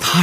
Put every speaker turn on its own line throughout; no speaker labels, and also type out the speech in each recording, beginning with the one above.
他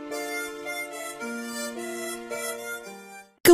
各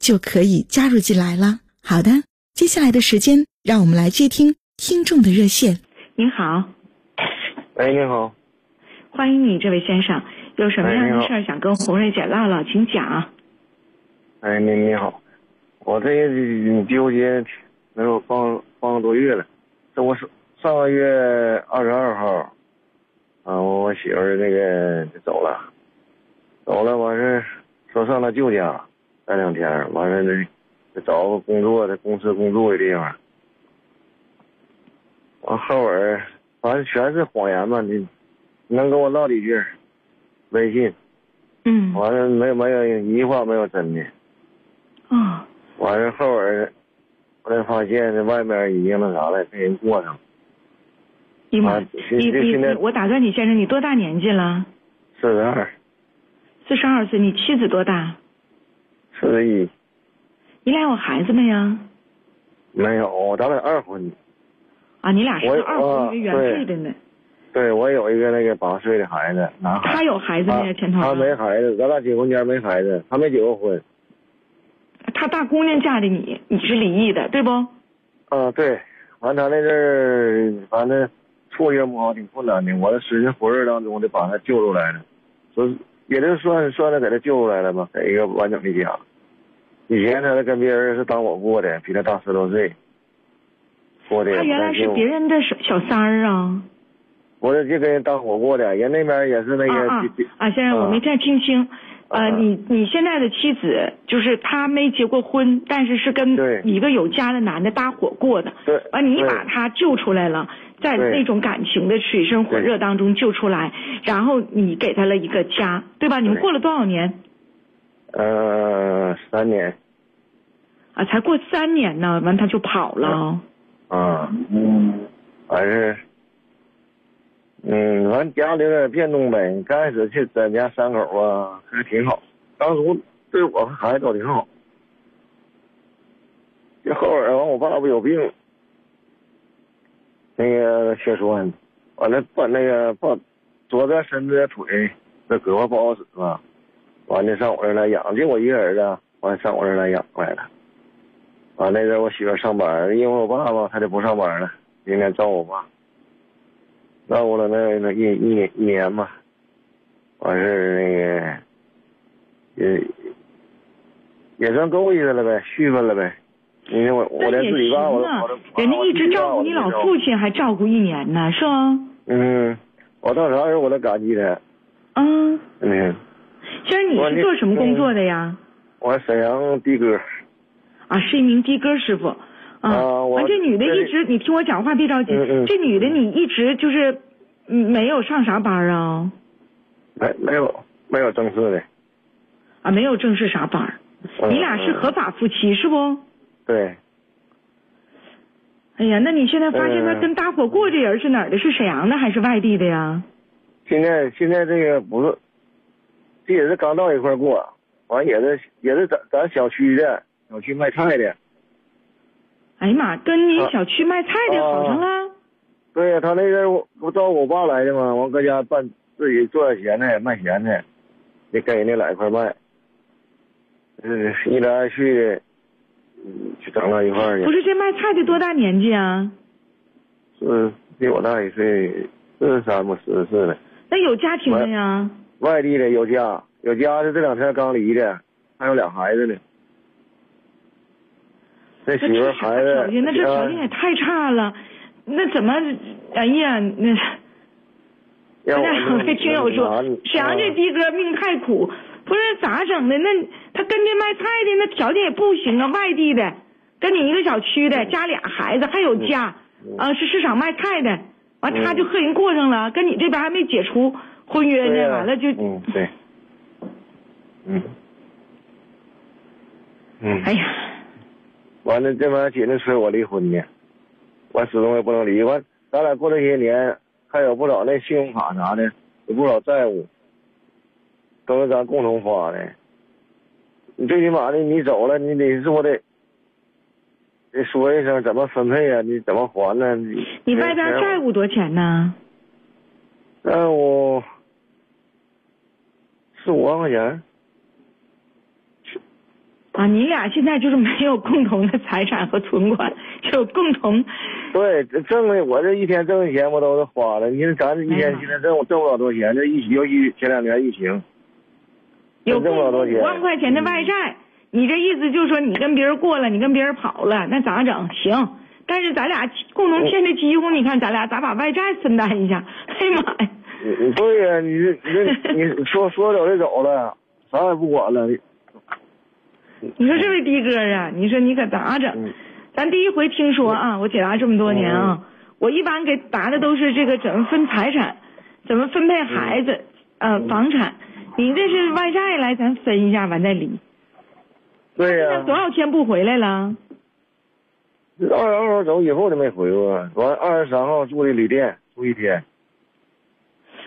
就可以加入进来了。好的，接下来的时间，让我们来接听听众的热线。
您好，
喂，哎你好，
欢迎你，这位先生，有什么样的事儿想跟红瑞姐唠唠，请讲。啊
哎，你你好，我这纠结能有半半个多月了，这我上上个月二十二号，啊，我媳妇儿那个就走了，走了，我是说上她舅家。待两天，完了呢，再找个工作，在公司工作的地方。完后尾，反正全是谎言嘛，你能跟我唠几句？微信。
嗯。
完了，没有没有一句话没有真的。
啊、
哦。完了后尾，后来发现这外面已经那啥了，被人过上。
你
啊
妈，你你我打断你先生，你多大年纪了？
四十二。
四十二岁，你妻子多大？
四十一，
你俩有孩子没呀？
没有，咱俩二婚。
啊，你俩是二婚一个原配的呢。
对，我有一个那个八岁的孩子，男孩。
他有孩子没？前头。
啊
啊
他没孩子，咱俩结婚前没孩子，他没结过婚。
他大姑娘嫁的你，你是离异的，对不？
啊，对。完，他那阵儿，反正处境不好，挺困难的。我在水深火热当中，就把他救出来了，说也就算算是给他救出来了吧，给一个完整的家。以前他跟别人是当我过的，比他大十多岁。过的。
他原来是别人的小三儿啊。
我这就跟人当火过的，人那边也是那个。
啊啊！啊，先生，我没太听清。
啊
呃，你你现在的妻子就是她没结过婚，但是是跟一个有家的男的搭伙过的。
对。
完，啊你把他救出来了，在那种感情的水深火热当中救出来，然后你给他了一个家，对吧？你们过了多少年？
呃，三年。
啊，才过三年呢，完他就跑了。
啊，嗯，完事，嗯，完家里有点变动呗。刚开始去咱家三口啊，还挺好，当初对我和孩子都挺好。这后边完，我爸爸有病，那个血栓，完了把那个把左边身子腿那胳膊不好使了。完了上我这来养，就我一个人的，完上我这来养来了。完那阵我媳妇上班，因为我爸爸他就不上班了，天天照我爸，照顾了那那一一一年吧。完事儿那个也也算够意思了呗，续分了呗。因为我我连自己爸我都
啊人家一直照顾你老父亲，还照顾一年呢，是吧？
嗯，我到啥时候我都感激他。
嗯。
嗯。
先生，你是做什么工作的呀？
我沈阳的哥。
啊，是一名的哥师傅。啊，
呃我嗯
这女的一直，你听我讲话别着急。这女的你一直就是嗯没有上啥班啊？
没没有没有正式的。
啊，没有正式啥班？
嗯
你俩是合法夫妻是不？
对。
哎呀，那你现在发现他
嗯
跟搭伙过这人是哪儿的？是沈阳的还是外地的呀？
现在现在这个不是。这也是刚到一块过，完也是也是咱咱小区的，小区卖菜的。
哎呀妈，跟
啊
你小区卖菜的好上了。啊、
对呀，他那阵我不照顾我爸来的吗？完搁家办自己做点咸菜卖咸菜，也跟人家俩一块卖。嗯，一来二去的，就整到一块去。
不是这卖菜的多大年纪啊？
是比我大一岁，四十三不四十四了。
那有家庭的呀？
外地的有家，有家的这两天刚离的，还有俩孩子呢。那媳妇孩子，
条件那这条件也太差了，那怎么？哎呀，那。
让
我那啊听友说，沈阳这的哥命太苦，不是咋整的？那他跟这卖菜的那条件也不行啊，外地的，跟你一个小区的，家俩孩子，还有家，啊是市场卖菜的，完他就和人过上了，跟你这边还没解除婚约呢，完了就
嗯对，嗯嗯，
哎呀，
完了这帮寻思催我离婚呢，我始终也不能离，完咱俩过这些年。还有不少那信用卡啥的，有不少债务，都是咱共同花的。你最起码的，你走了，你得说的，得说一声怎么分配啊？你怎么还呢？你
你外边债务多少钱呢？
债务四五万块钱。
啊，你俩现在就是没有共同的财产和存款， 就共同。
对，挣的我这一天挣的钱不都是花了？你说咱这一天现在挣我挣不了多少钱，这疫尤其前两年疫情，
有
挣不了多少钱。
五万块钱的嗯外债，你这意思就是说你跟别人过了，你跟别人跑了，那咋整？行，但是咱俩共同欠的几乎，你看咱俩咋把外债分担一下？哎呀妈呀！
对呀、啊，你这你你说说走就走了，啥也不管了。
你说这位的哥啊，你说你可咋整？嗯咱第一回听说啊，我解答这么多年啊，我一般给答的都是这个怎么分财产，怎么分配孩子，呃，房产。你这是外债来，咱分一下，完再离。
对呀、
啊。多少天不回来了？
二十二号走以后就没回过，完二十三号住的旅店住一天。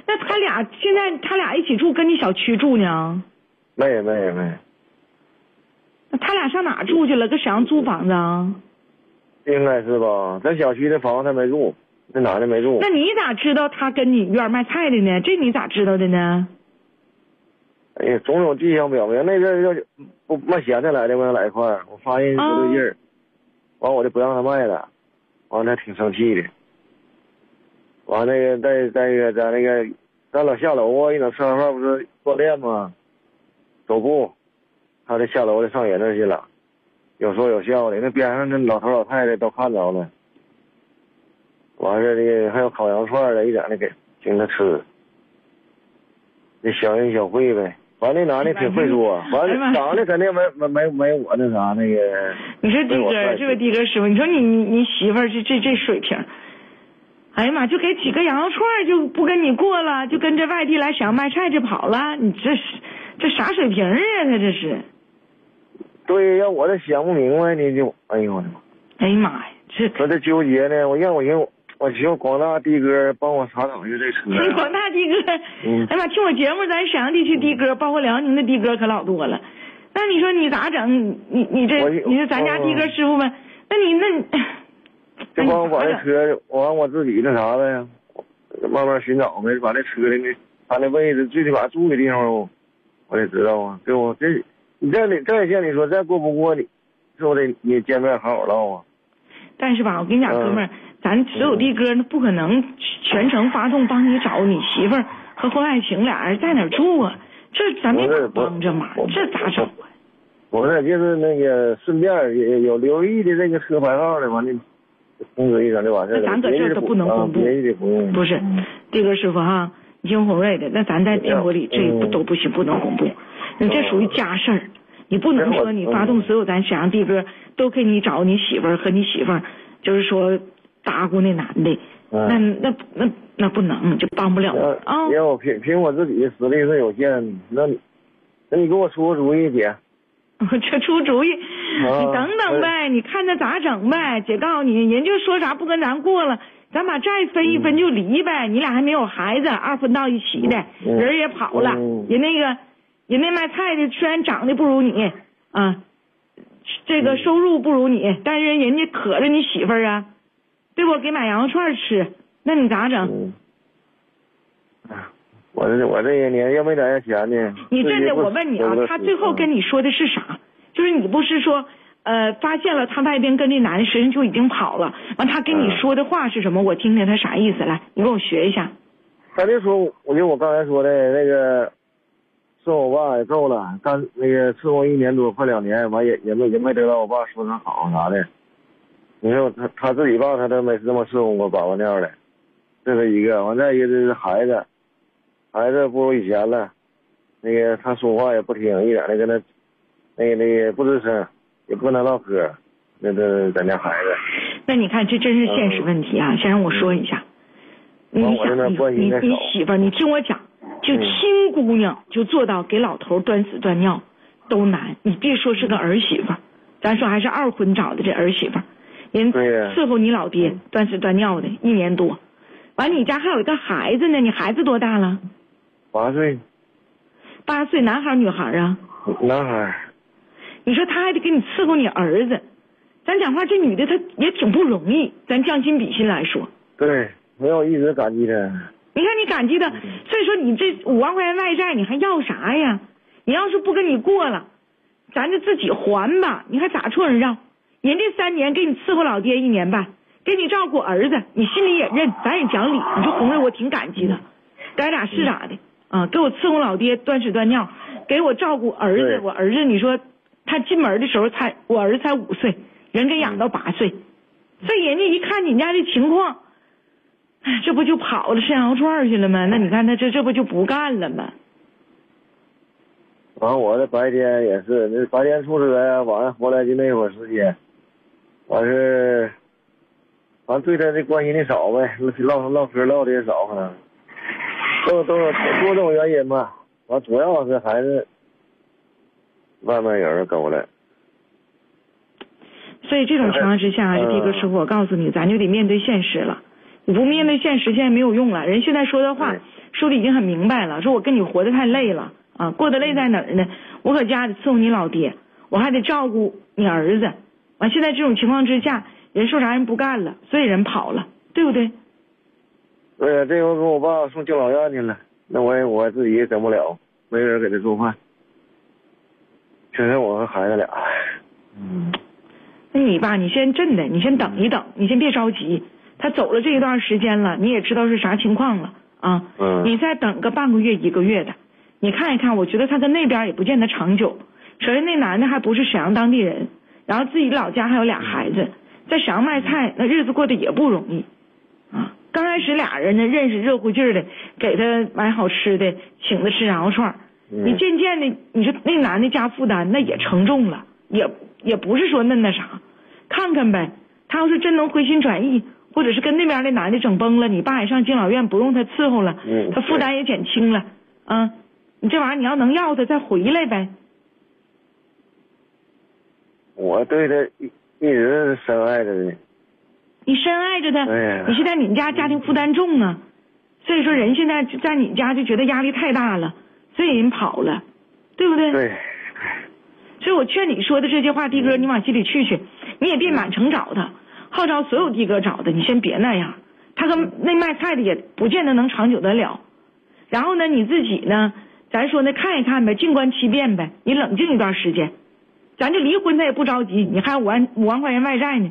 那他俩现在他俩一起住，跟你小区住呢？
没没没。
那他俩上哪住去了？搁沈阳租房子啊？
应该是吧，咱小区的房子他没住，那男的没住。
那你咋知道他跟你院卖菜的呢？这你咋知道的呢？
哎呀，种种迹象表明，那阵要不卖咸菜来的，我想来一块儿，我发现不对劲儿，完、啊、我就不让他卖了，完他挺生气的，完那个再再一个咱那个咱老下楼啊，一整吃完饭不是锻炼吗？走步，他这下楼就上人那去了。有说有笑的，那边上那老头老太太都看着了。完事儿的还有烤羊串的，一整的给请他吃。那小恩小惠呗，完那男的挺会说，完了长得肯定没没没没我那啥那个。
你说的哥，这位的哥师傅，你说你你你媳妇儿这这这水平，哎呀妈，就给几个羊肉串就不跟你过了，就跟这外地来沈阳卖菜就跑了，你这是这啥水平啊？他这是。
对，要我这想不明白呢，就哎呦我的妈！
哎呀妈呀，这
我这纠结呢，我让我寻我寻广大的哥帮我查找一下这车。
广大的哥，嗯、哎呀妈，听我节目，咱沈阳地区的
嗯
哥，包括辽宁的的哥可老多了。那你说你咋整？你你这你说咱家的哥师傅们，那你那
就帮我把 这车，我完我自己那啥呗，慢慢寻找呗，把这车的那他那位置，最起码住的地方我我得知道啊，对不？这。你这里这像你说再过不过你，是不得你见面好好唠啊？
但是吧，我跟
嗯
你讲，哥们儿，咱所有的哥不可能全程发动帮你找你媳妇儿和婚外情俩人在哪住啊？这咱没法帮这忙，这咋整啊？
不是，就是那个顺便有留意的这个车牌号的，完了通知一声就完事儿。
咱搁这可不
啊
能公布，不是，
嗯
这个师傅哈，你听红瑞的，那咱在电波里
嗯
这都不行，不能公布。你这属于家事儿，你不
嗯
能说你发动所有咱沈阳的哥都给你找你媳妇儿和你媳妇儿，就是说搭咕那男的，
嗯
那那那那不能，就帮不了啊。
因为我凭凭我自己的实力是有限，那你那你给我出个主意，姐。
我 这出主意，你等等呗，你看他咋整呗。姐告诉你，人就说啥不跟咱过了，咱把债分一分就离呗。你俩还没有孩子，二婚到一起的，人也跑了，人那个。人那卖菜的虽然长得不如你啊，这个收入不如你，但是人家可着你媳妇儿啊，对不？给买羊肉串吃，那你咋整？
嗯、我这我这些年要没攒下钱呢。
你真的，我问你啊，他最
嗯
后跟你说的是啥？就是你不是说呃发现了他外边跟那男的身上就已经跑了，完他跟你说的话是什么？我听听他啥意思来，你给我学一下。
他就说，我就我刚才说的那个。说我爸也够了，干那个伺候一年多，快两年，完也也没也没得到我爸说他好啥的。你说他他自己爸他都没这么伺候过，把我尿的，这是一个。完再一个就是孩子，孩子不如以前了，那个他说话也不听，一点那个那，那个那个不吱声，也不跟他唠嗑，那这咱家孩子。
那你看，这真是现实问题啊！先让我说一下，你
嗯完我这
想，
边
你
关系
你
太
你
少
媳妇儿，你听我讲，就
嗯
亲姑娘就做到给老头儿端屎端尿都难，你别说是个儿媳妇儿，咱说还是二婚找的这儿媳妇儿，人
对呀嗯
伺候你老爹端屎端尿的一年多，完你家还有一个孩子呢，你孩子多大了？
八岁，
八岁，男孩儿女孩儿啊？
男孩儿。
你说他还得给你伺候你儿子，咱讲话这女的她也挺不容易，咱将心比心来说。
对，没有一直感激他。
你看你感激他，所以说你这五万块钱外债你还要啥呀？你要是不跟你过了，咱就自己还吧，你还咋冲人要？人这三年给你伺候老爹一年半，给你照顾儿子，你心里也认，咱也讲理，你说红瑞我挺感激的，该咋是咋的啊，给我伺候老爹端屎端尿，给我照顾儿
对
子，我儿子你说他进门的时候才我儿子才五岁，人给养到八岁，所以人家一看你家这情况。哎，这不就跑了沈阳串儿去了吗？那你看他这这不就不干了吗？
完，我这白天也是，那白天出去来，晚上回来就那会儿时间，完是，完对他这关心的少呗，唠唠嗑唠的也少，可能都都有多种原因吧。完，主要是还是外面有人勾了。
所以这种情况之下，
嗯
这个师傅，我告诉你，咱就得面对现实了。你不面对现实，现在没有用了。人现在说的话
对，
说的已经很明白了，说我跟你活得太累了啊，过得累在哪儿呢？我搁家里伺候你老爹，我还得照顾你儿子。完、现在这种情况之下，人说啥人不干了，所以人跑了，对不对？
对呀，这回给我爸送敬老院去了，那我也我自己也整不了，没人给他做饭，就剩我和孩子俩。嗯。
那你吧，你先镇着，你先等一等，你先别着急。他走了这一段时间了，你也知道是啥情况了啊。
嗯
你再等个半个月、一个月的，你看一看，我觉得他跟那边也不见得长久。首先，那男的还不是沈阳当地人，然后自己老家还有俩孩子，在沈阳卖菜，那日子过得也不容易啊。刚开始俩人呢认识热乎劲儿的，给他买好吃的，请他吃羊肉串儿。
嗯
你渐渐的，你说那男的家负担那也承重了，也也不是说那那啥，看看呗。他要是真能回心转意，或者是跟那边的男的整崩了，你爸也上敬老院不用他伺候了，
嗯
他负担也减轻了，啊，你这玩意儿你要能要他再回来呗。
我对他一一直是深爱着的。
你深爱着他
哎呀，
你现在你们家家庭负担重啊，所以说人现在就在你家就觉得压力太大了，所以人跑了，对不 对？
对，
所以我劝你说的这些话，的哥，你往心里去去，你也别满城找他，号召所有的哥找他，你先别那样。他跟那卖菜的也不见得能长久得了。然后呢，你自己呢，咱说呢，看一看呗，静观其变呗，你冷静一段时间。咱这离婚他也不着急，你还有五万五万块钱外债呢，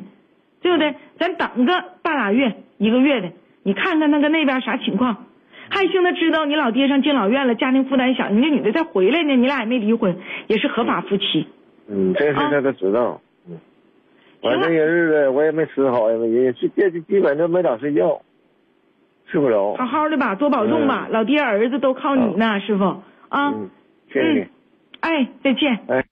对不对？咱等个半拉月一个月的，你看看他跟那边啥情况。还行，他知道你老爹上敬老院了，家庭负担小，你这女的再回来呢，你俩也没离婚，也是合法夫妻。
嗯，这事
啊
他都知道。嗯，完
行了
这些日子我也没吃好，也没也是基基本都没咋睡觉，睡不着。
好好的吧，多保重吧，
嗯
老爹儿子都靠你呢，师傅啊，
嗯，谢谢你。
哎，再见。
哎。